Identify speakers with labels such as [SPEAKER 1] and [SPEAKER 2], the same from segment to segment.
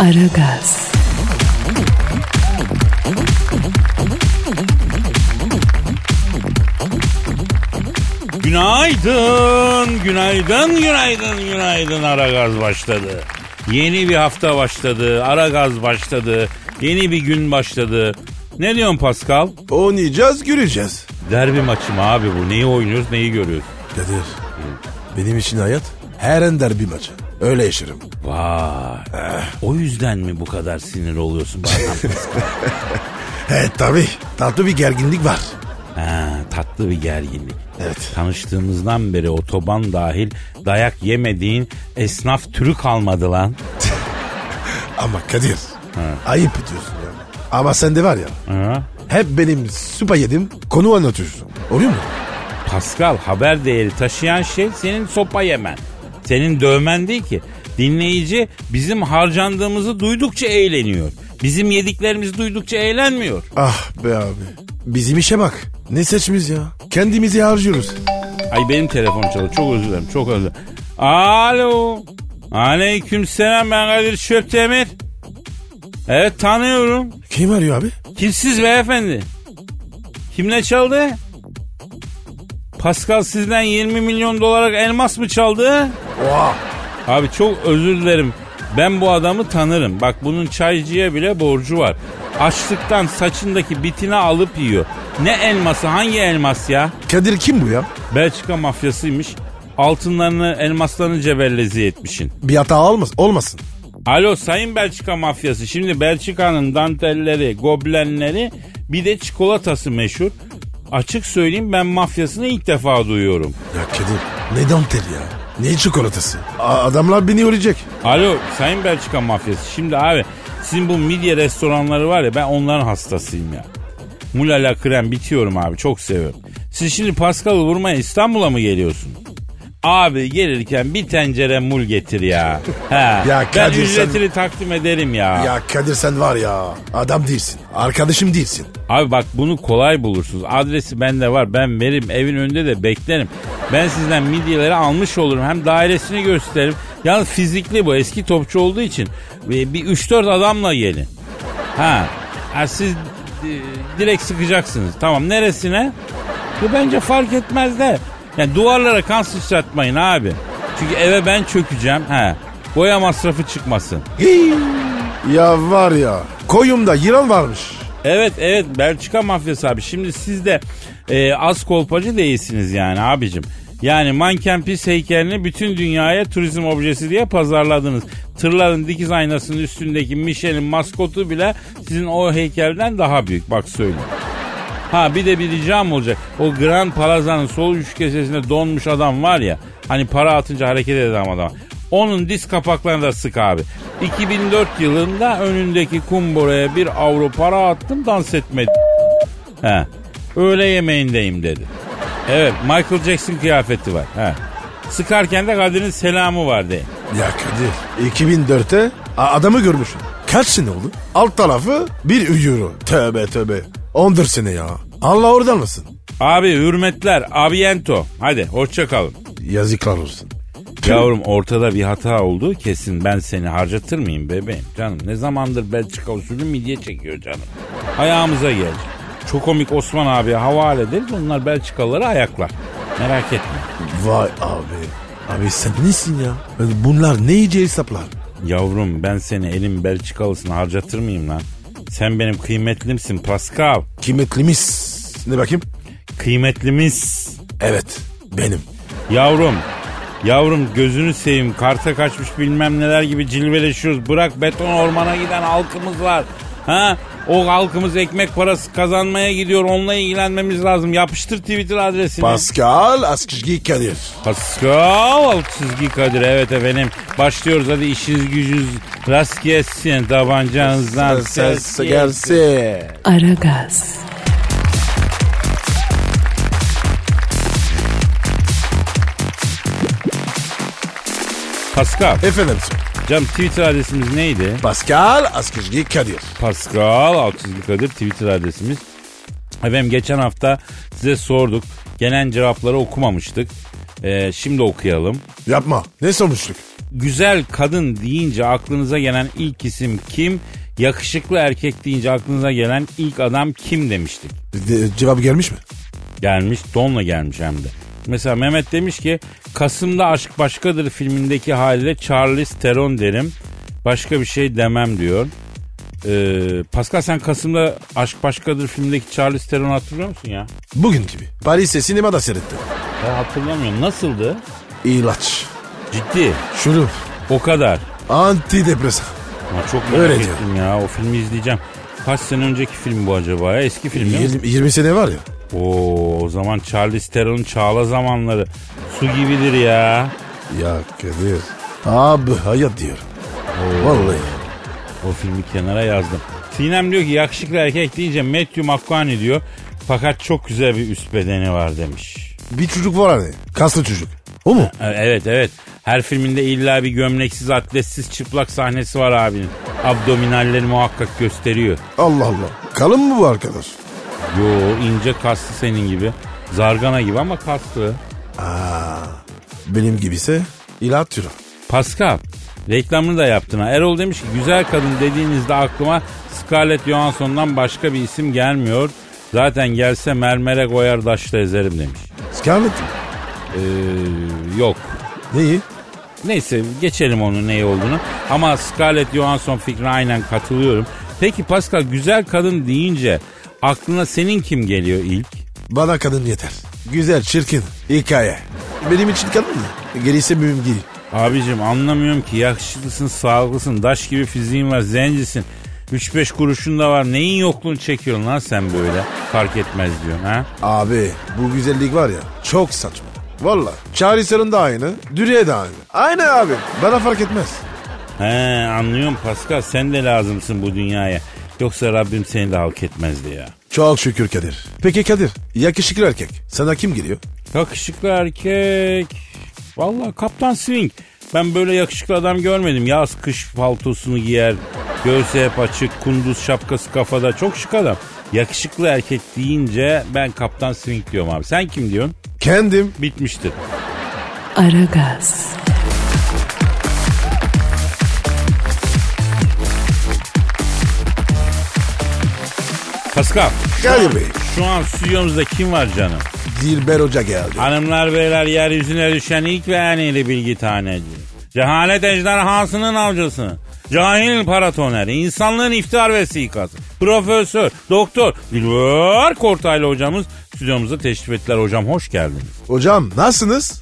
[SPEAKER 1] Aragaz,
[SPEAKER 2] Günaydın, günaydın, günaydın, günaydın. Ara gaz başladı. Yeni bir hafta başladı. Ara gaz başladı. Yeni bir gün başladı. Ne diyorsun Pascal?
[SPEAKER 3] Oynayacağız güleceğiz.
[SPEAKER 2] Derbi maçı mı abi bu? Neyi oynuyoruz, neyi görüyoruz?
[SPEAKER 3] Kadir. Benim için hayat her en derbi maçı. Öyle yaşarım.
[SPEAKER 2] Vay. O yüzden mi bu kadar sinir oluyorsun bana?
[SPEAKER 3] Evet tabi. Tatlı bir gerginlik var.
[SPEAKER 2] ha, tatlı bir gerginlik.
[SPEAKER 3] Evet.
[SPEAKER 2] Tanıştığımızdan beri otoban dahil dayak yemediğin esnaf türü kalmadı lan.
[SPEAKER 3] Ama Kadir. Ayıp ediyorsun ya. Ama sende var ya.
[SPEAKER 2] Ha?
[SPEAKER 3] Hep benim süpa yedim konu anlatıyorsun. Oluyor mu?
[SPEAKER 2] Pascal haber değeri taşıyan şey senin sopa yemen. Senin dövmen değil ki. Dinleyici bizim harcandığımızı duydukça eğleniyor. Bizim yediklerimizi duydukça eğlenmiyor.
[SPEAKER 3] Ah be abi. Bizim işe bak. Ne seçimiz ya? Kendimizi harcıyoruz.
[SPEAKER 2] Ay benim telefon çalıyor. Çok özür dilerim. Çok özür dilerim. Alo. Aleyküm selam ben Kadir Şöptemir. Evet tanıyorum.
[SPEAKER 3] Kim arıyor abi?
[SPEAKER 2] Kimsiz beyefendi? Kimle çaldı? Pascal sizden 20 milyon dolara elmas mı çaldı?
[SPEAKER 3] Oha.
[SPEAKER 2] Abi çok özür dilerim. Ben bu adamı tanırım. Bak bunun çaycıya bile borcu var. Açlıktan saçındaki bitini alıp yiyor. Ne elması hangi elmas ya?
[SPEAKER 3] Kadir kim bu ya?
[SPEAKER 2] Belçika mafyasıymış. Altınlarını elmaslarını cebellezi etmişin.
[SPEAKER 3] Bir hata olmaz, olmasın.
[SPEAKER 2] Alo sayın Belçika mafyası. Şimdi Belçika'nın dantelleri, goblenleri bir de çikolatası meşhur. Açık söyleyeyim ben mafyasını ilk defa duyuyorum.
[SPEAKER 3] Ya Kadir ne dantel ya? Ne çikolatası? A- adamlar beni ölecek.
[SPEAKER 2] Alo Sayın Belçika mafyası. Şimdi abi sizin bu midye restoranları var ya ben onların hastasıyım ya. Mulala krem bitiyorum abi çok seviyorum. Siz şimdi Paskal'ı vurmaya İstanbul'a mı geliyorsunuz? Abi gelirken bir tencere mul getir ya. He, ben
[SPEAKER 3] Kadir sen-
[SPEAKER 2] ücretini takdim ederim ya.
[SPEAKER 3] Ya Kadir sen var ya adam değilsin. Arkadaşım değilsin.
[SPEAKER 2] Abi bak bunu kolay bulursunuz. Adresi bende var. Ben veririm. Evin önünde de beklerim. Ben sizden midyeleri almış olurum. Hem dairesini gösteririm. Yalnız fizikli bu. Eski topçu olduğu için e, bir 3-4 adamla gelin. Ha. Ha, siz e, direkt sıkacaksınız. Tamam neresine? Bu bence fark etmez de. Yani duvarlara kan sıçratmayın abi. Çünkü eve ben çökeceğim. Ha. Boya masrafı çıkmasın.
[SPEAKER 3] Hii. Ya var ya koyumda yılan varmış.
[SPEAKER 2] Evet evet Belçika mafyası abi. Şimdi siz de e, az kolpacı değilsiniz yani abicim. Yani manken pis heykelini bütün dünyaya turizm objesi diye pazarladınız. Tırların dikiz aynasının üstündeki Michelin maskotu bile sizin o heykelden daha büyük bak söyleyeyim. Ha bir de bir ricam olacak. O Gran Palazan'ın sol üç köşesinde donmuş adam var ya. Hani para atınca hareket eden adam. Onun diz kapaklarını da sık abi. 2004 yılında önündeki kumboraya bir avro para attım dans etmedi. He. Öğle yemeğindeyim dedi. Evet Michael Jackson kıyafeti var. He. Sıkarken de Kadir'in selamı var de.
[SPEAKER 3] Ya Kadir 2004'te a- adamı görmüşüm. Kaç sene oldu? Alt tarafı bir euro. Tövbe tövbe. 14 sene ya. Allah oradan mısın?
[SPEAKER 2] Abi hürmetler, abiento. Hadi hoşça kalın.
[SPEAKER 3] Yazıklar olsun.
[SPEAKER 2] Yavrum ortada bir hata olduğu kesin. Ben seni harcatır mıyım bebeğim? Canım ne zamandır Belçika usulü midye çekiyor canım. Ayağımıza gelecek. Çok komik Osman abiye havale ederiz. Onlar Belçikalıları ayaklar. Merak etme.
[SPEAKER 3] Vay abi. Abi sen nesin ya? Bunlar ne iyice hesaplar?
[SPEAKER 2] Yavrum ben seni elim Belçikalısını harcatır mıyım lan? Sen benim kıymetlimsin Pascal.
[SPEAKER 3] Kıymetlimiz. Ne bakayım?
[SPEAKER 2] Kıymetlimiz.
[SPEAKER 3] Evet benim.
[SPEAKER 2] Yavrum, yavrum gözünü seveyim. Karta kaçmış bilmem neler gibi cilveleşiyoruz. Bırak beton ormana giden halkımız var. Ha? O halkımız ekmek parası kazanmaya gidiyor. Onunla ilgilenmemiz lazım. Yapıştır Twitter adresini.
[SPEAKER 3] Pascal Askışgi Kadir.
[SPEAKER 2] Pascal alt çizgi Kadir. Evet efendim. Başlıyoruz hadi işiniz gücünüz rast gelsin. Tabancanızdan ses gelsin.
[SPEAKER 3] gelsin.
[SPEAKER 1] Aragaz,
[SPEAKER 2] Pascal.
[SPEAKER 3] Efendim sir.
[SPEAKER 2] Cam Twitter adresimiz neydi?
[SPEAKER 3] Pascal Askışgi Kadir.
[SPEAKER 2] Pascal alt çizgi Kadir Twitter adresimiz. Efendim geçen hafta size sorduk. Gelen cevapları okumamıştık. Ee, şimdi okuyalım.
[SPEAKER 3] Yapma. Ne sormuştuk?
[SPEAKER 2] Güzel kadın deyince aklınıza gelen ilk isim kim? Yakışıklı erkek deyince aklınıza gelen ilk adam kim demiştik.
[SPEAKER 3] De- cevap gelmiş mi?
[SPEAKER 2] Gelmiş donla gelmiş hem de. Mesela Mehmet demiş ki Kasım'da Aşk Başkadır filmindeki haliyle Charlize Theron derim. Başka bir şey demem diyor. Ee, Pascal sen Kasım'da Aşk Başkadır filmindeki Charlize Theron'u hatırlıyor musun ya?
[SPEAKER 3] Bugün gibi. Paris'e sinemada seyrettim.
[SPEAKER 2] Ben hatırlamıyorum. Nasıldı?
[SPEAKER 3] İlaç.
[SPEAKER 2] Ciddi.
[SPEAKER 3] Şurup.
[SPEAKER 2] O kadar.
[SPEAKER 3] Antidepresan.
[SPEAKER 2] Ama çok merak
[SPEAKER 3] Öyle
[SPEAKER 2] ettim ya. O filmi izleyeceğim. Kaç sene önceki film bu acaba ya? Eski film değil mi?
[SPEAKER 3] 20, 20 sene var ya.
[SPEAKER 2] Oo, o zaman Charlize Theron'un çağla zamanları. Su gibidir ya.
[SPEAKER 3] Ya Kadir. Abi hayat diyor. Vallahi.
[SPEAKER 2] O filmi kenara yazdım. Sinem diyor ki yakışıklı erkek deyince Matthew McConaughey diyor. Fakat çok güzel bir üst bedeni var demiş.
[SPEAKER 3] Bir çocuk var hani. Kaslı çocuk. O mu?
[SPEAKER 2] E- Evet evet. Her filminde illa bir gömleksiz, atletsiz, çıplak sahnesi var abinin. Abdominalleri muhakkak gösteriyor.
[SPEAKER 3] Allah Allah. Kalın mı bu arkadaş?
[SPEAKER 2] Yo ince kaslı senin gibi. Zargana gibi ama kaslı.
[SPEAKER 3] Benim gibise ilaç türü.
[SPEAKER 2] Pascal reklamını da yaptın ha. Erol demiş ki güzel kadın dediğinizde aklıma Scarlett Johansson'dan başka bir isim gelmiyor. Zaten gelse mermere koyar daşla ezerim demiş.
[SPEAKER 3] Scarlett mi?
[SPEAKER 2] Ee, yok.
[SPEAKER 3] Neyi?
[SPEAKER 2] Neyse geçelim onun neyi olduğunu. Ama Scarlett Johansson fikrine aynen katılıyorum. Peki Pascal güzel kadın deyince aklına senin kim geliyor ilk?
[SPEAKER 3] Bana kadın yeter. Güzel, çirkin. Hikaye. Benim için kadın mı? Gerisi mühim değil.
[SPEAKER 2] Abicim anlamıyorum ki yakışıklısın, sağlıklısın, daş gibi fiziğin var, zencisin. 3-5 kuruşun da var. Neyin yokluğunu çekiyorsun lan sen böyle? Fark etmez diyorsun ha?
[SPEAKER 3] Abi bu güzellik var ya çok saçma. Valla. Çağrı da aynı. Dürüye de aynı. Aynı abi. Bana fark etmez.
[SPEAKER 2] He anlıyorum Pascal sen de lazımsın bu dünyaya. Yoksa Rabbim seni de halk etmezdi ya.
[SPEAKER 3] Çok şükür Kadir. Peki Kadir yakışıklı erkek. Sana kim geliyor?
[SPEAKER 2] Yakışıklı erkek. Vallahi Kaptan Swing. Ben böyle yakışıklı adam görmedim. Yaz kış paltosunu giyer. Göğsü hep açık. Kunduz şapkası kafada. Çok şık adam. Yakışıklı erkek deyince ben Kaptan Swing diyorum abi. Sen kim diyorsun?
[SPEAKER 3] Kendim.
[SPEAKER 2] Bitmiştir.
[SPEAKER 1] Aragaz,
[SPEAKER 2] Pascal
[SPEAKER 3] Kadir Bey.
[SPEAKER 2] şu an stüdyomuzda kim var canım?
[SPEAKER 3] Dilber Hoca geldi.
[SPEAKER 2] Hanımlar beyler yeryüzüne düşen ilk ve en iyili bilgi taneci. Cehalet ejderhasının avcısı. Cahil paratoner, insanlığın iftar vesikası. Profesör, doktor, Dilber Kortaylı hocamız stüdyomuza teşrif ettiler. Hocam hoş geldiniz.
[SPEAKER 3] Hocam nasılsınız?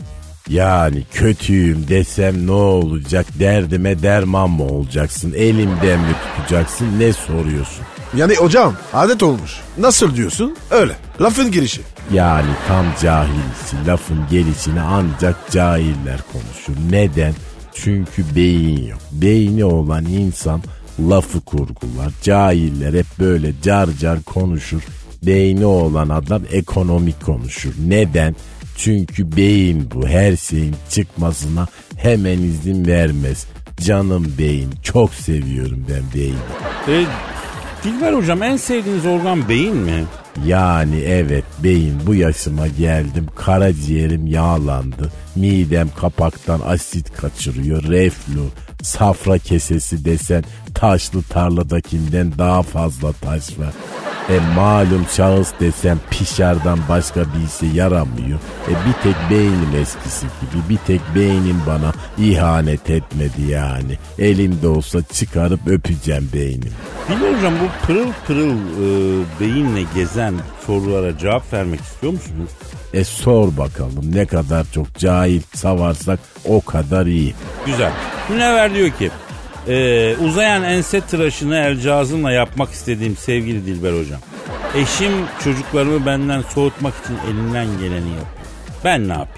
[SPEAKER 4] Yani kötüyüm desem ne olacak? Derdime derman mı olacaksın? Elimden mi tutacaksın? Ne soruyorsun?
[SPEAKER 3] Yani hocam adet olmuş. Nasıl diyorsun? Öyle. Lafın girişi.
[SPEAKER 4] Yani tam cahilsin. Lafın gelişini ancak cahiller konuşur. Neden? Çünkü beyin yok. Beyni olan insan lafı kurgular. Cahiller hep böyle car car konuşur. Beyni olan adam ekonomik konuşur. Neden? Çünkü beyin bu. Her şeyin çıkmasına hemen izin vermez. Canım beyin. Çok seviyorum ben beyni.
[SPEAKER 2] E, Dilber hocam en sevdiğiniz organ beyin mi?
[SPEAKER 4] Yani evet beyin bu yaşıma geldim karaciğerim yağlandı midem kapaktan asit kaçırıyor reflü safra kesesi desen taşlı tarladakinden daha fazla taş var. E malum şahıs desem pişerden başka bir işe yaramıyor. E bir tek beynim eskisi gibi bir tek beynim bana ihanet etmedi yani. Elimde olsa çıkarıp öpeceğim beynimi.
[SPEAKER 2] Dilber hocam bu pırıl pırıl e, beyinle gezen sorulara cevap vermek istiyor musunuz?
[SPEAKER 4] E sor bakalım ne kadar çok cahil savarsak o kadar iyi.
[SPEAKER 2] Güzel. Münevver diyor ki Ee, uzayan ense tıraşını elcazımla yapmak istediğim sevgili Dilber hocam. Eşim çocuklarımı benden soğutmak için elinden geleni yapıyor. Ben ne yapayım?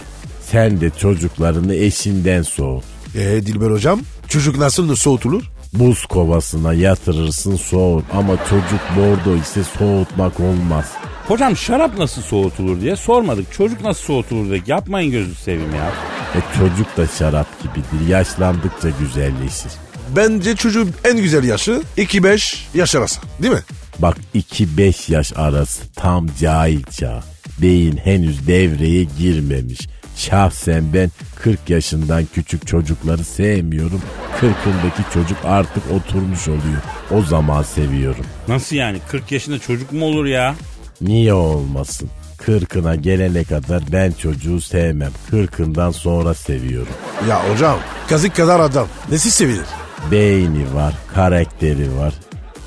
[SPEAKER 4] Sen de çocuklarını eşinden soğut.
[SPEAKER 3] Ee Dilber hocam çocuk nasıl soğutulur?
[SPEAKER 4] Buz kovasına yatırırsın soğut ama çocuk bordo ise soğutmak olmaz.
[SPEAKER 2] Hocam şarap nasıl soğutulur diye sormadık. Çocuk nasıl soğutulur diye yapmayın gözü seveyim ya.
[SPEAKER 4] E çocuk da şarap gibidir yaşlandıkça güzelleşir.
[SPEAKER 3] Bence çocuğun en güzel yaşı 2-5 yaş arası değil mi?
[SPEAKER 4] Bak 2-5 yaş arası tam cahil çağı. Beyin henüz devreye girmemiş. Şahsen ben 40 yaşından küçük çocukları sevmiyorum. 40'ındaki çocuk artık oturmuş oluyor. O zaman seviyorum.
[SPEAKER 2] Nasıl yani 40 yaşında çocuk mu olur ya?
[SPEAKER 4] Niye olmasın? 40'ına gelene kadar ben çocuğu sevmem. 40'ından sonra seviyorum.
[SPEAKER 3] Ya hocam kazık kadar adam nesi sevilir?
[SPEAKER 4] Beyni var, karakteri var.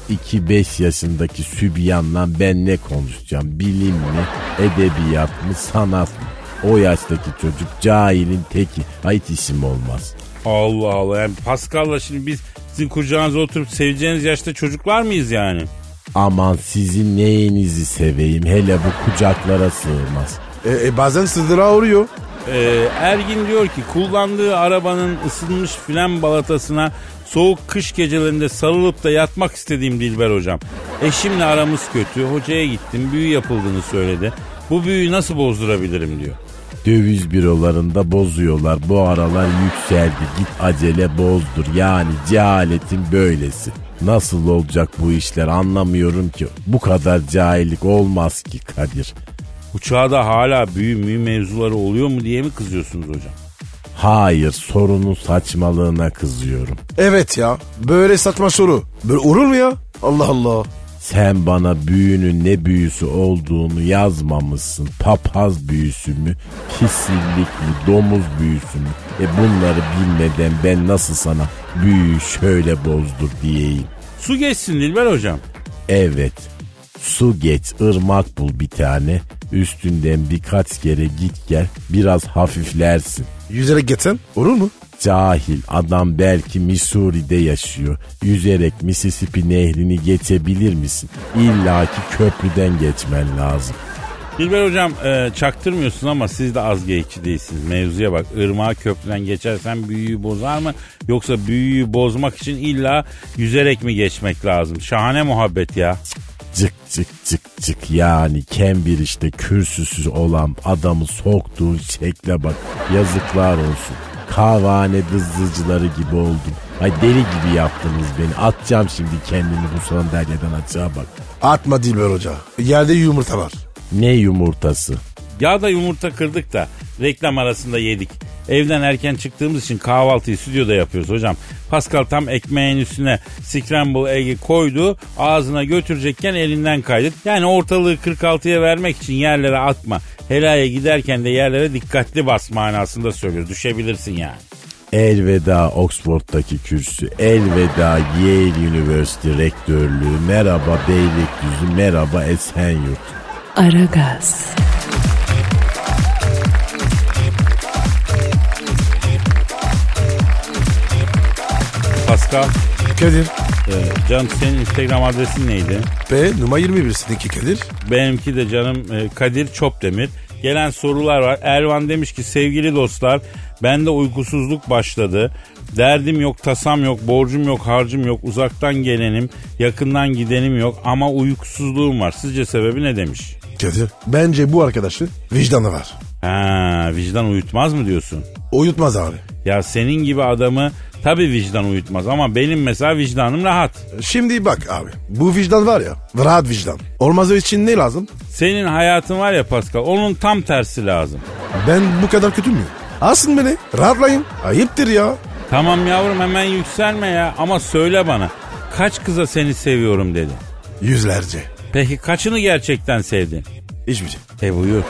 [SPEAKER 4] 2-5 yaşındaki sübyanla ben ne konuşacağım? Bilim mi, edebiyat mı, sanat mı? O yaştaki çocuk cahilin teki. Ay hiç işim olmaz.
[SPEAKER 2] Allah Allah yani Pascal'la şimdi biz sizin kucağınıza oturup seveceğiniz yaşta çocuklar mıyız yani?
[SPEAKER 4] Aman sizin neyinizi seveyim hele bu kucaklara sığmaz.
[SPEAKER 3] E, e, bazen sızdıra uğruyor.
[SPEAKER 2] Ee, Ergin diyor ki kullandığı arabanın ısınmış fren balatasına soğuk kış gecelerinde sarılıp da yatmak istediğim Dilber hocam. Eşimle aramız kötü. Hocaya gittim. Büyü yapıldığını söyledi. Bu büyüyü nasıl bozdurabilirim diyor.
[SPEAKER 4] Döviz bürolarında bozuyorlar bu aralar yükseldi git acele bozdur yani cehaletin böylesi. Nasıl olacak bu işler anlamıyorum ki bu kadar cahillik olmaz ki Kadir.
[SPEAKER 2] Uçağda hala büyü müyü mevzuları oluyor mu diye mi kızıyorsunuz hocam?
[SPEAKER 4] Hayır sorunun saçmalığına kızıyorum.
[SPEAKER 3] Evet ya böyle saçma soru. Böyle olur mu ya? Allah Allah.
[SPEAKER 4] Sen bana büyünün ne büyüsü olduğunu yazmamışsın. Papaz büyüsü mü, kisillik mi, domuz büyüsü mü? E bunları bilmeden ben nasıl sana büyüyü şöyle bozdur diyeyim.
[SPEAKER 2] Su geçsin Dilber hocam.
[SPEAKER 4] Evet. Su geç, ırmak bul bir tane. Üstünden birkaç kere git gel, biraz hafiflersin.
[SPEAKER 3] Yüzerek geçsen olur mu?
[SPEAKER 4] Cahil adam belki Missouri'de yaşıyor. Yüzerek Mississippi nehrini geçebilir misin? İlla ki köprüden geçmen lazım.
[SPEAKER 2] Dilber hocam e, çaktırmıyorsun ama siz de az geyikçi değilsiniz. Mevzuya bak. Irmağa köprüden geçersen büyüyü bozar mı? Yoksa büyüyü bozmak için illa yüzerek mi geçmek lazım? Şahane muhabbet ya.
[SPEAKER 4] Cık cık cık cık yani Cambridge'de kürsüsüz olan adamı soktuğu şekle bak. Yazıklar olsun. Kahvehane dızdızcıları gibi oldum. Ay deli gibi yaptınız beni. Atacağım şimdi kendimi bu sandalyeden aşağı bak.
[SPEAKER 3] Atma Dilber hoca. Yerde yumurta var.
[SPEAKER 4] Ne yumurtası?
[SPEAKER 2] Ya da yumurta kırdık da reklam arasında yedik. Evden erken çıktığımız için kahvaltıyı stüdyoda yapıyoruz hocam. Pascal tam ekmeğin üstüne scramble egg'i koydu. Ağzına götürecekken elinden kaydı. Yani ortalığı 46'ya vermek için yerlere atma. Helaya giderken de yerlere dikkatli bas manasında söylüyor. Düşebilirsin yani.
[SPEAKER 4] Elveda Oxford'daki kürsü, elveda Yale University rektörlüğü, merhaba Beylikdüzü, merhaba Esenyurt.
[SPEAKER 1] Aragaz,
[SPEAKER 2] Pascal,
[SPEAKER 3] Kadir.
[SPEAKER 2] e, canım senin Instagram adresin neydi?
[SPEAKER 3] P numara 21 sizinki Kadir.
[SPEAKER 2] Benimki de canım e, Kadir Çopdemir. Gelen sorular var. Ervan demiş ki sevgili dostlar bende uykusuzluk başladı. Derdim yok, tasam yok, borcum yok, harcım yok. Uzaktan gelenim, yakından gidenim yok ama uykusuzluğum var. Sizce sebebi ne demiş?
[SPEAKER 3] Kadir. Bence bu arkadaşı vicdanı var.
[SPEAKER 2] Ha, vicdan uyutmaz mı diyorsun?
[SPEAKER 3] Uyutmaz abi.
[SPEAKER 2] Ya senin gibi adamı tabii vicdan uyutmaz ama benim mesela vicdanım rahat.
[SPEAKER 3] Şimdi bak abi. Bu vicdan var ya. Rahat vicdan. Olmaz o için ne lazım?
[SPEAKER 2] Senin hayatın var ya Pascal onun tam tersi lazım.
[SPEAKER 3] Ben bu kadar kötü müyüm? Alsın beni. Rahatlayın. Ayıptır ya.
[SPEAKER 2] Tamam yavrum hemen yükselme ya ama söyle bana kaç kıza seni seviyorum dedi.
[SPEAKER 3] Yüzlerce.
[SPEAKER 2] Peki kaçını gerçekten sevdin?
[SPEAKER 3] Hiçbir şey.
[SPEAKER 2] E buyur.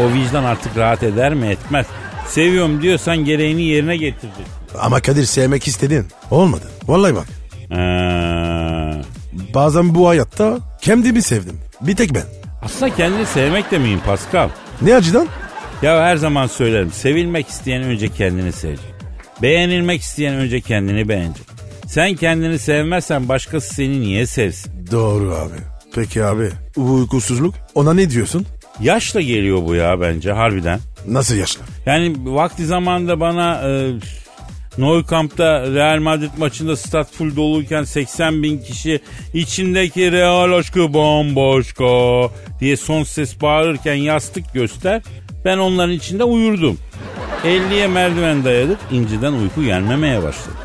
[SPEAKER 2] O vicdan artık rahat eder mi etmez. Seviyorum diyorsan gereğini yerine getirecek.
[SPEAKER 3] Ama Kadir sevmek istedin. Olmadı. Vallahi bak.
[SPEAKER 2] Ee,
[SPEAKER 3] Bazen bu hayatta kendimi sevdim. Bir tek ben.
[SPEAKER 2] aslında kendini sevmek de miyim Pascal?
[SPEAKER 3] Ne acıdan?
[SPEAKER 2] Ya her zaman söylerim. Sevilmek isteyen önce kendini sevecek. Beğenilmek isteyen önce kendini beğenecek. Sen kendini sevmezsen başkası seni niye sevsin?
[SPEAKER 3] Doğru abi. Peki abi bu uykusuzluk ona ne diyorsun?
[SPEAKER 2] Yaşla geliyor bu ya bence harbiden.
[SPEAKER 3] Nasıl yaşlı?
[SPEAKER 2] Yani vakti zamanında bana e, Nou Camp'ta Real Madrid maçında stat full doluyken 80 bin kişi içindeki Real aşkı bambaşka diye son ses bağırırken yastık göster. Ben onların içinde uyurdum. 50'ye merdiven dayadık inciden uyku gelmemeye başladı.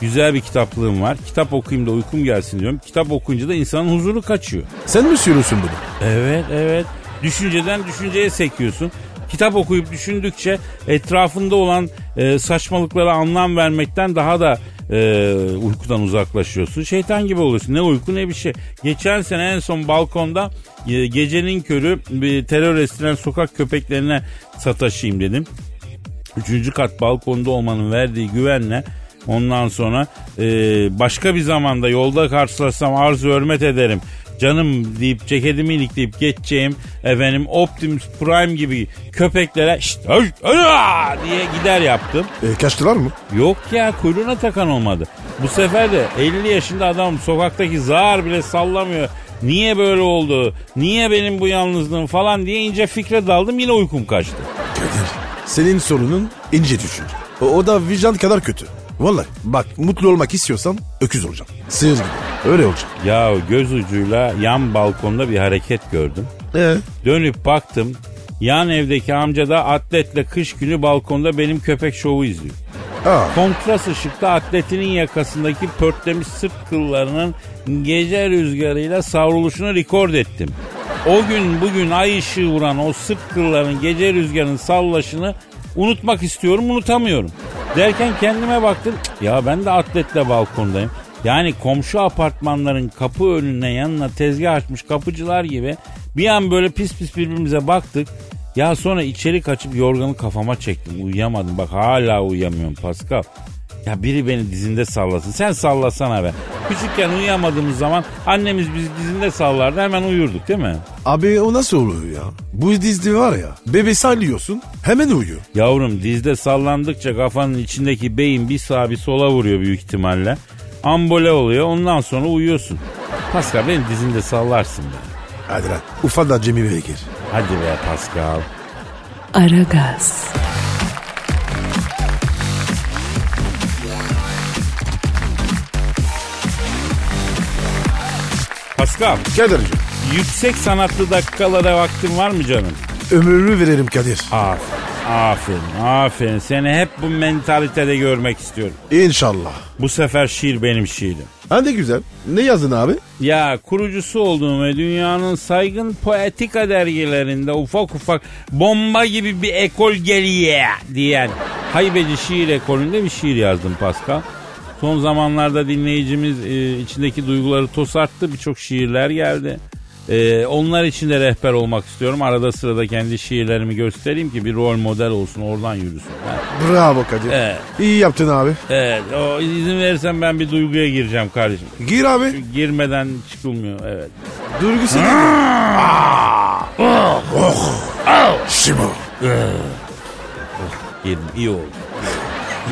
[SPEAKER 2] Güzel bir kitaplığım var. Kitap okuyayım da uykum gelsin diyorum. Kitap okuyunca da insanın huzuru kaçıyor.
[SPEAKER 3] Sen mi sürüyorsun bunu?
[SPEAKER 2] Evet evet. Düşünceden düşünceye sekiyorsun. Kitap okuyup düşündükçe etrafında olan e, saçmalıklara anlam vermekten daha da e, uykudan uzaklaşıyorsun. Şeytan gibi oluyorsun. Ne uyku ne bir şey. Geçen sene en son balkonda e, gecenin körü bir terör estiren sokak köpeklerine sataşayım dedim. Üçüncü kat balkonda olmanın verdiği güvenle ondan sonra e, başka bir zamanda yolda karşılaşsam arzu hürmet ederim. Canım deyip ceketimi ilikleyip geçeceğim efendim Optimus Prime gibi köpeklere şşt, höş, höra diye gider yaptım.
[SPEAKER 3] E, kaçtılar mı?
[SPEAKER 2] Yok ya kuyruğuna takan olmadı. Bu sefer de 50 yaşında adam sokaktaki zar bile sallamıyor. Niye böyle oldu? Niye benim bu yalnızlığım falan diye ince fikre daldım yine uykum kaçtı.
[SPEAKER 3] Kadir. Senin sorunun ince düşünce. O, o da vicdan kadar kötü. Vallahi bak mutlu olmak istiyorsan öküz olacaksın. Sığır gibi. Öyle olacak.
[SPEAKER 2] Ya göz ucuyla yan balkonda bir hareket gördüm.
[SPEAKER 3] Ee?
[SPEAKER 2] Dönüp baktım. Yan evdeki amca da atletle kış günü balkonda benim köpek şovu izliyor.
[SPEAKER 3] Aa,
[SPEAKER 2] Kontras ışıkta atletinin yakasındaki pörtlemiş sırt kıllarının gece rüzgarıyla savruluşunu rekord ettim. O gün bugün ay ışığı vuran o sırt kılların gece rüzgarının sallaşını unutmak istiyorum unutamıyorum. Derken kendime baktım "Cık, ya ben de atletle balkondayım. Yani komşu apartmanların kapı önüne yanına tezgah açmış kapıcılar gibi bir an böyle pis pis birbirimize baktık. Ya sonra içeri kaçıp yorganı kafama çektim. Uyuyamadım. Bak hala uyuyamıyorum Pascal. Ya biri beni dizinde sallasın. Sen sallasana be. Küçükken uyuyamadığımız zaman annemiz bizi dizinde sallardı. Hemen uyurduk değil mi?
[SPEAKER 3] abi o nasıl oluyor ya? Bu dizdi var ya. Bebe sallıyorsun hemen uyuyor.
[SPEAKER 2] Yavrum dizde sallandıkça kafanın içindeki beyin bir sağa bir sola vuruyor büyük ihtimalle. Ambole oluyor. Ondan sonra uyuyorsun. Pascal beni dizinde sallarsın be.
[SPEAKER 3] Hadi lan. Ufak da Cemil Bey'e gir.
[SPEAKER 2] Hadi be Pascal.
[SPEAKER 1] Aragaz,
[SPEAKER 2] Pascal
[SPEAKER 3] Kadir'cim.
[SPEAKER 2] yüksek sanatlı dakikalara vaktin var mı canım?
[SPEAKER 3] Ömrümü verelim Kadir.
[SPEAKER 2] Aferin. Aferin, aferin. Seni hep bu mentalitede görmek istiyorum.
[SPEAKER 3] İnşallah.
[SPEAKER 2] Bu sefer şiir benim şiirim.
[SPEAKER 3] Hadi güzel. Ne yazın abi?
[SPEAKER 2] Ya kurucusu olduğum ve dünyanın saygın poetika dergilerinde ufak ufak bomba gibi bir ekol geliyor diyen haybeci şiir ekolünde bir şiir yazdım Pascal. Son zamanlarda dinleyicimiz e, içindeki duyguları tosarttı. Birçok şiirler geldi. E, onlar için de rehber olmak istiyorum. Arada sırada kendi şiirlerimi göstereyim ki bir rol model olsun oradan yürüsün.
[SPEAKER 3] Bravo Kadir.
[SPEAKER 2] Evet.
[SPEAKER 3] İyi yaptın abi.
[SPEAKER 2] Evet, o izin verirsen ben bir duyguya gireceğim kardeşim.
[SPEAKER 3] Gir abi.
[SPEAKER 2] Girmeden çıkılmıyor, evet.
[SPEAKER 3] Durgusal. Oh. Şimdi.
[SPEAKER 2] Girdim, iyi oldu.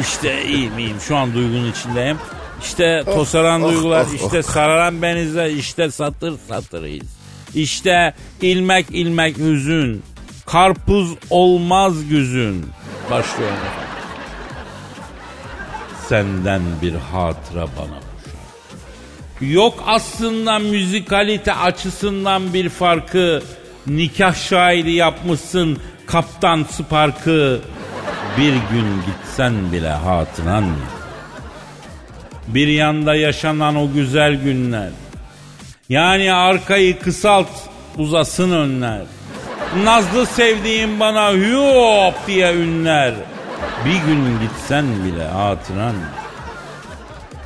[SPEAKER 2] işte iyiyim, iyiyim. Şu an duygunun içindeyim. İşte tosaran duygular, işte sararan benizler, işte satır satırıyız. İşte ilmek ilmek hüzün, karpuz olmaz güzün. Başlıyorum. efendim. Senden bir hatıra bana Yok aslında müzikalite açısından bir farkı. Nikah şairi yapmışsın kaptan Spark'ı. Bir gün gitsen bile hatıran yok. Bir yanda yaşanan o güzel günler. Yani arkayı kısalt uzasın önler. Nazlı sevdiğim bana hüop diye ünler. Bir gün gitsen bile hatıran yok.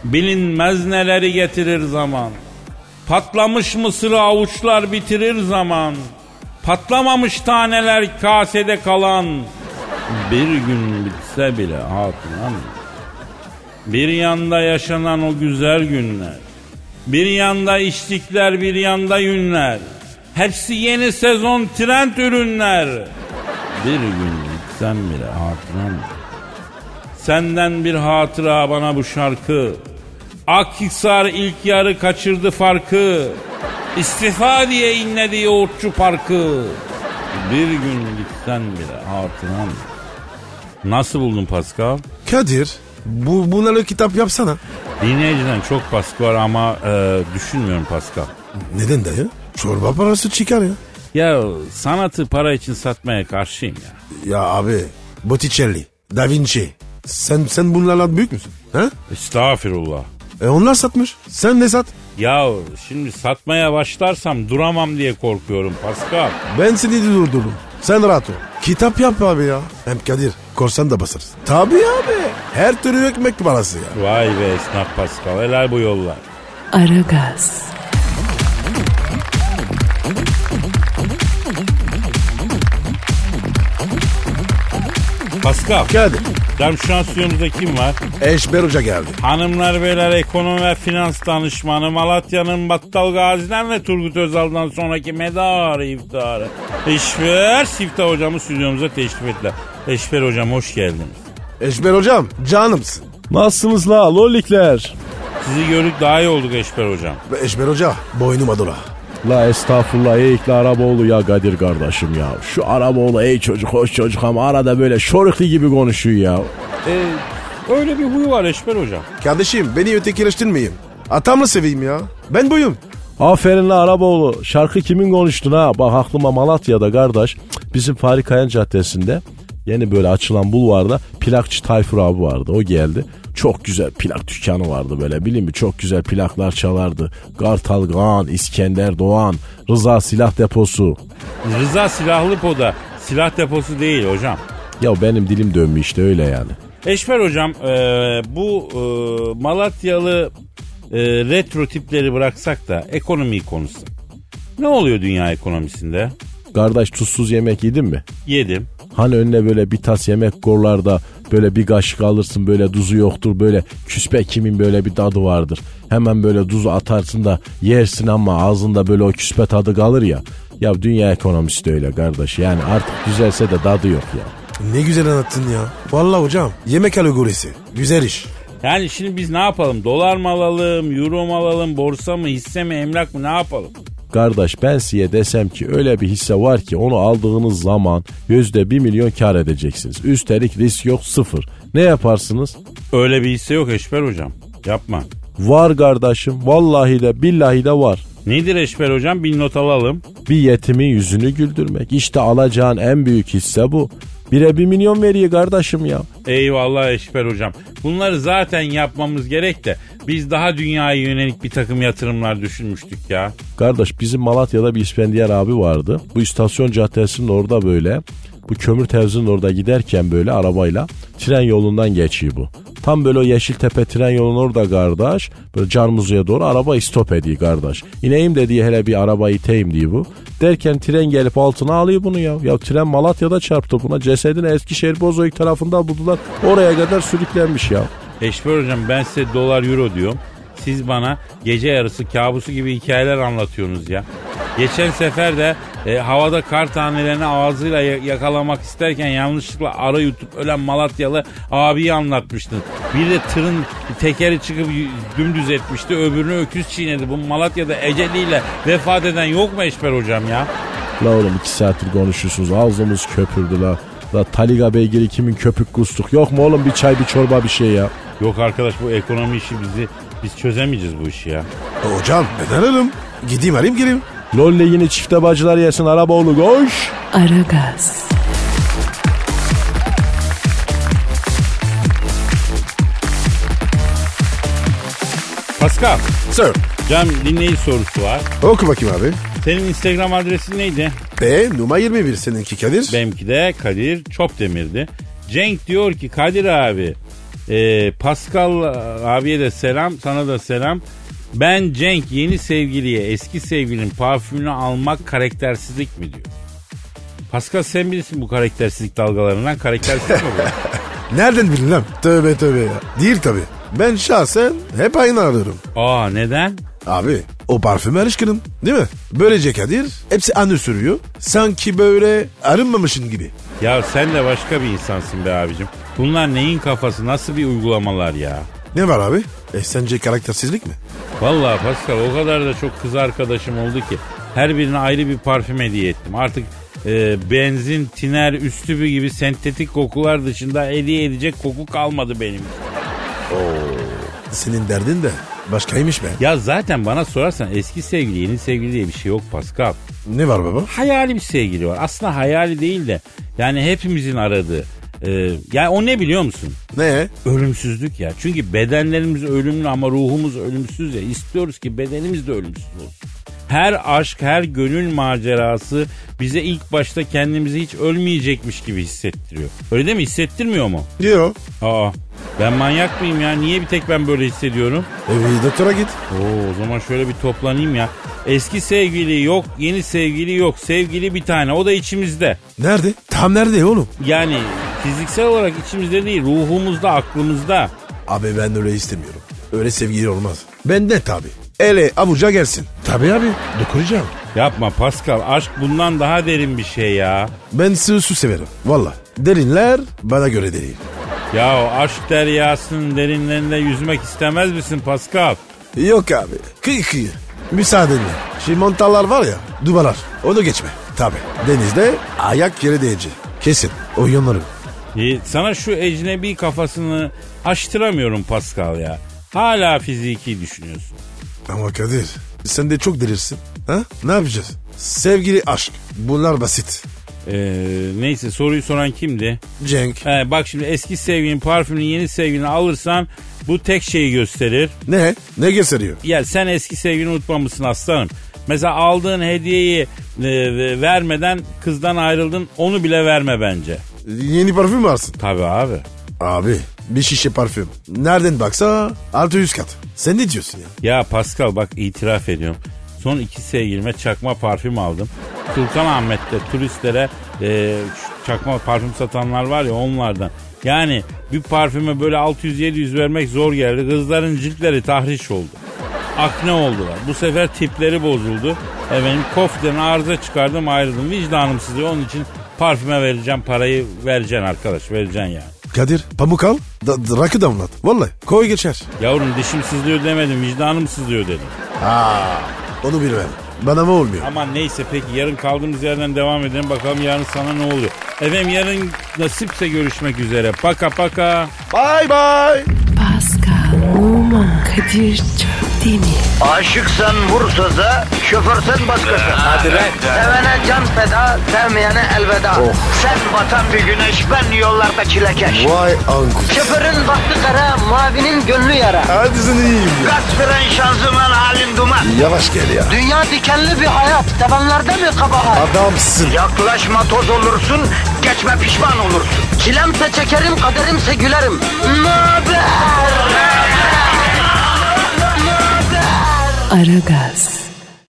[SPEAKER 2] Bilinmez neleri getirir zaman. Patlamış mısırı avuçlar bitirir zaman. Patlamamış taneler kasede kalan. Bir gün bitse bile hatıran. Bir yanda yaşanan o güzel günler. Bir yanda içtikler bir yanda yünler. Hepsi yeni sezon trend ürünler. Bir gün gitsen bile hatıran. Senden bir hatıra bana bu şarkı. Akhisar ilk yarı kaçırdı farkı. İstifa diye inledi yoğurtçu parkı. Bir gün gitsen bile hatına mı? Nasıl buldun Pascal?
[SPEAKER 3] Kadir bu, bunlara kitap yapsana.
[SPEAKER 2] Dinleyiciden çok baskı var ama e, düşünmüyorum Pascal.
[SPEAKER 3] Neden dayı? Çorba parası çıkar ya.
[SPEAKER 2] Ya sanatı para için satmaya karşıyım ya.
[SPEAKER 3] Ya abi Botticelli, Da Vinci. Sen sen bunlarla büyük müsün? Ha?
[SPEAKER 2] Estağfirullah.
[SPEAKER 3] E onlar satmış. Sen ne sat?
[SPEAKER 2] Ya şimdi satmaya başlarsam duramam diye korkuyorum Pascal.
[SPEAKER 3] Ben seni durdururum. Sen rahat ol. Kitap yap abi ya. Hem Kadir korsan da basarız. Tabii abi. Her türlü ekmek parası ya.
[SPEAKER 2] Vay be esnaf Pascal helal bu yollar.
[SPEAKER 1] Aragaz,
[SPEAKER 2] Pascal.
[SPEAKER 3] Kadir.
[SPEAKER 2] Canım şu an stüdyomuzda kim var?
[SPEAKER 3] Eşber Hoca geldi.
[SPEAKER 2] Hanımlar beyler ekonomi ve finans danışmanı Malatya'nın Battal Gazi'den ve Turgut Özal'dan sonraki medarı iftiharı. Eşber Siftah hocamı stüdyomuza teşrif ettiler. Eşber hocam hoş geldiniz.
[SPEAKER 3] Eşber Hocam canımsın.
[SPEAKER 4] Nasılsınız la lolikler?
[SPEAKER 2] Sizi gördük daha iyi olduk Eşber hocam.
[SPEAKER 3] Ve Eşber Hoca boynuma dola.
[SPEAKER 4] La estağfurullah ey ikli Araboğlu ya Kadir kardeşim ya. Şu Araboğlu ey çocuk hoş çocuk ama arada böyle şorikli gibi konuşuyor ya.
[SPEAKER 2] Ee, öyle bir huyu var Eşber hocam.
[SPEAKER 3] Kardeşim beni ötekileştirmeyin. Atamla seveyim ya. Ben buyum.
[SPEAKER 4] Aferin la Araboğlu. Şarkı kimin konuştun ha? Bak aklıma Malatya'da kardeş. Bizim Fahri Kayan Caddesi'nde yeni böyle açılan bulvarda plakçı Tayfur abi vardı. O geldi. Çok güzel plak dükkanı vardı böyle bilin mi? Çok güzel plaklar çalardı. Kartal Kaan, İskender Doğan, Rıza Silah Deposu.
[SPEAKER 2] Rıza Silahlı Poda silah deposu değil hocam.
[SPEAKER 4] Ya benim dilim dönmüş işte öyle yani.
[SPEAKER 2] Eşber hocam e, bu e, Malatyalı e, retro tipleri bıraksak da ekonomiyi konuşsak. Ne oluyor dünya ekonomisinde?
[SPEAKER 4] Kardeş tuzsuz yemek yedin mi?
[SPEAKER 2] Yedim.
[SPEAKER 4] Hani önüne böyle bir tas yemek korlarda böyle bir kaşık alırsın böyle duzu yoktur böyle küspe kimin böyle bir tadı vardır. Hemen böyle duzu atarsın da yersin ama ağzında böyle o küspe tadı kalır ya. Ya dünya ekonomisi de öyle kardeş yani artık düzelse de tadı yok ya.
[SPEAKER 3] Ne güzel anlattın ya. Vallahi hocam yemek alegorisi. Güzel iş.
[SPEAKER 2] Yani şimdi biz ne yapalım? Dolar mı alalım, euro mu alalım, borsa mı, hisse mi, emlak mı ne yapalım?
[SPEAKER 4] Kardeş ben size desem ki öyle bir hisse var ki onu aldığınız zaman yüzde bir milyon kar edeceksiniz. Üstelik risk yok sıfır. Ne yaparsınız?
[SPEAKER 2] Öyle bir hisse yok Eşber hocam. Yapma.
[SPEAKER 4] Var kardeşim vallahi de billahi de var.
[SPEAKER 2] Nedir Eşber hocam? Bir not alalım.
[SPEAKER 4] Bir yetimin yüzünü güldürmek. İşte alacağın en büyük hisse bu. Bire bir milyon veriyor kardeşim ya.
[SPEAKER 2] Eyvallah Eşber hocam. Bunları zaten yapmamız gerek de biz daha dünyaya yönelik bir takım yatırımlar düşünmüştük ya.
[SPEAKER 4] Kardeş bizim Malatya'da bir İspendiyer abi vardı. Bu istasyon caddesinin orada böyle. Bu kömür tevzinin orada giderken böyle arabayla tren yolundan geçiyor bu. Tam böyle o Yeşiltepe tren yolunun orada kardeş. Böyle Carmuzu'ya doğru araba istop ediyor kardeş. İneyim de diye hele bir araba iteyim diye bu. Derken tren gelip altına alıyor bunu ya. Ya tren Malatya'da çarptı buna. Cesedini Eskişehir Bozoyuk tarafından buldular. Oraya kadar sürüklenmiş ya.
[SPEAKER 2] Eşber hocam ben size dolar euro diyorum. Siz bana gece yarısı kabusu gibi hikayeler anlatıyorsunuz ya. Geçen sefer de e, havada kar tanelerini ağzıyla ya- yakalamak isterken yanlışlıkla ara yutup ölen Malatyalı abiyi anlatmıştın. Bir de tırın tekeri çıkıp y- dümdüz etmişti öbürünü öküz çiğnedi. Bu Malatya'da eceliyle vefat eden yok mu Eşber hocam ya?
[SPEAKER 4] La oğlum iki saattir konuşuyorsunuz. Ağzımız köpürdü la. La Taliga beygiri kimin köpük kustuk. Yok mu oğlum bir çay bir çorba bir şey ya.
[SPEAKER 2] Yok arkadaş bu ekonomi işi bizi biz çözemeyeceğiz bu işi ya.
[SPEAKER 3] E Hocam ben ararım. Gideyim arayayım gireyim.
[SPEAKER 4] Lolle yine çifte bacılar yesin araba oğlu koş.
[SPEAKER 1] Aragaz,
[SPEAKER 2] Pascal,
[SPEAKER 3] Sir.
[SPEAKER 2] Cem dinleyici sorusu var.
[SPEAKER 3] Oku bakayım abi.
[SPEAKER 2] Senin Instagram adresin neydi?
[SPEAKER 3] B numa 21 seninki Kadir.
[SPEAKER 2] Benimki de Kadir Çopdemir'di. Cenk diyor ki Kadir abi, e, Pascal abiye de selam, sana da selam. Ben Cenk yeni sevgiliye eski sevgilinin parfümünü almak karaktersizlik mi diyor. Pascal sen bilirsin bu karaktersizlik dalgalarından. Karaktersizlik mi bu?
[SPEAKER 3] Nereden bildin lan? Tövbe tövbe ya. Değil tabi. Ben şahsen hep aynı arıyorum.
[SPEAKER 2] Aa neden?
[SPEAKER 3] Abi o parfüme alışkınım değil mi? Böylece Kadir hepsi anı sürüyor. Sanki böyle arınmamışın gibi.
[SPEAKER 2] Ya sen de başka bir insansın be abicim. Bunlar neyin kafası nasıl bir uygulamalar ya?
[SPEAKER 3] Ne var abi? E sence karaktersizlik mi?
[SPEAKER 2] Vallahi Pascal o kadar da çok kız arkadaşım oldu ki her birine ayrı bir parfüm hediye ettim. Artık e, benzin, tiner, üstübü gibi sentetik kokular dışında hediye edecek koku kalmadı benim.
[SPEAKER 3] Senin derdin de başkaymış be.
[SPEAKER 2] Ya zaten bana sorarsan eski sevgili, yeni sevgili diye bir şey yok Pascal.
[SPEAKER 3] Ne var baba?
[SPEAKER 2] Hayali bir sevgili var. Aslında hayali değil de yani hepimizin aradığı. e, yani o ne biliyor musun?
[SPEAKER 3] Ne?
[SPEAKER 2] Ölümsüzlük ya. Çünkü bedenlerimiz ölümlü ama ruhumuz ölümsüz ya. İstiyoruz ki bedenimiz de ölümsüz olsun. Her aşk, her gönül macerası bize ilk başta kendimizi hiç ölmeyecekmiş gibi hissettiriyor. Öyle değil mi? Hissettirmiyor mu?
[SPEAKER 3] Diyor.
[SPEAKER 2] Aa, ben manyak mıyım ya? Niye bir tek ben böyle hissediyorum?
[SPEAKER 3] E, doktora git.
[SPEAKER 2] Oo, o zaman şöyle bir toplanayım ya. Eski sevgili yok, yeni sevgili yok. Sevgili bir tane, o da içimizde.
[SPEAKER 3] Nerede? Tam nerede oğlum?
[SPEAKER 2] Yani fiziksel olarak içimizde değil, ruhumuzda, aklımızda.
[SPEAKER 3] Abi ben öyle istemiyorum. Öyle sevgili olmaz. Ben de tabi. Ele avuca gelsin. Tabi abi. Dokuracağım.
[SPEAKER 2] Yapma Pascal aşk bundan daha derin bir şey ya.
[SPEAKER 3] Ben su, su severim. Valla. Derinler bana göre değil.
[SPEAKER 2] Ya aşk deryasının derinlerinde yüzmek istemez misin Pascal?
[SPEAKER 3] Yok abi. Kıyı kıyı. Müsaadenle. Şimdi mantarlar var ya. Dubalar. Onu geçme. Tabi. Denizde ayak yere değecek. Kesin. Oyunlarım.
[SPEAKER 2] Ee, sana şu ecnebi kafasını aştıramıyorum Pascal ya. Hala fiziki düşünüyorsun.
[SPEAKER 3] Ama Kadir sen de çok delirsin. Ha? Ne yapacağız? Sevgili aşk. Bunlar basit.
[SPEAKER 2] Ee, neyse soruyu soran kimdi?
[SPEAKER 3] Cenk.
[SPEAKER 2] He, bak şimdi eski sevgilin parfümünü yeni sevgilini alırsan bu tek şeyi gösterir.
[SPEAKER 3] Ne? Ne gösteriyor?
[SPEAKER 2] Ya sen eski sevgilini unutmamışsın aslanım. Mesela aldığın hediyeyi e, vermeden kızdan ayrıldın onu bile verme bence.
[SPEAKER 3] Yeni parfüm mü alsın?
[SPEAKER 2] Tabii abi.
[SPEAKER 3] Abi bir şişe parfüm. Nereden baksa 600 kat. Sen ne diyorsun ya?
[SPEAKER 2] Ya Pascal bak itiraf ediyorum. Son iki sevgilime çakma parfüm aldım. Sultanahmet'te turistlere e, şu çakma parfüm satanlar var ya onlardan. Yani bir parfüme böyle 600-700 vermek zor geldi. Kızların ciltleri tahriş oldu. Akne oldular. Bu sefer tipleri bozuldu. Efendim koften arıza çıkardım ayrıldım. Vicdanım sızıyor. Onun için parfüme vereceğim parayı vereceksin arkadaş. Vereceksin yani.
[SPEAKER 3] Kadir pamuk al. Da, da- rakı damlat. Vallahi koy geçer.
[SPEAKER 2] Yavrum dişim sızlıyor demedim. Vicdanım sızlıyor dedim.
[SPEAKER 3] Onu bilmem. Bana mı olmuyor?
[SPEAKER 2] Aman neyse peki yarın kaldığımız yerden devam edelim. Bakalım yarın sana ne oluyor. Efendim yarın nasipse görüşmek üzere. Paka paka.
[SPEAKER 3] Bye bye.
[SPEAKER 1] Pascal, Oman, Kadir çok değil mi?
[SPEAKER 5] Aşıksan vursa da, şoförsen başkasın. Ee, Hadi be. Oh. Sevene can feda, sevmeyene elveda. Sen batan bir güneş, ben yollarda çilekeş.
[SPEAKER 3] Vay anku.
[SPEAKER 5] Şoförün baktı kara, mavinin gönlü yara.
[SPEAKER 3] Hadi sen iyiyim ya.
[SPEAKER 5] Kasperen şanzıman halin duman.
[SPEAKER 3] Yavaş gel ya.
[SPEAKER 5] Dünya dikenli bir hayat, sevenlerde mi kabahar?
[SPEAKER 3] Adamsın.
[SPEAKER 5] Yaklaşma toz olursun, geçme pişman olursun. Çilemse çekerim, kaderimse gülerim. Möber!
[SPEAKER 1] Aragaz.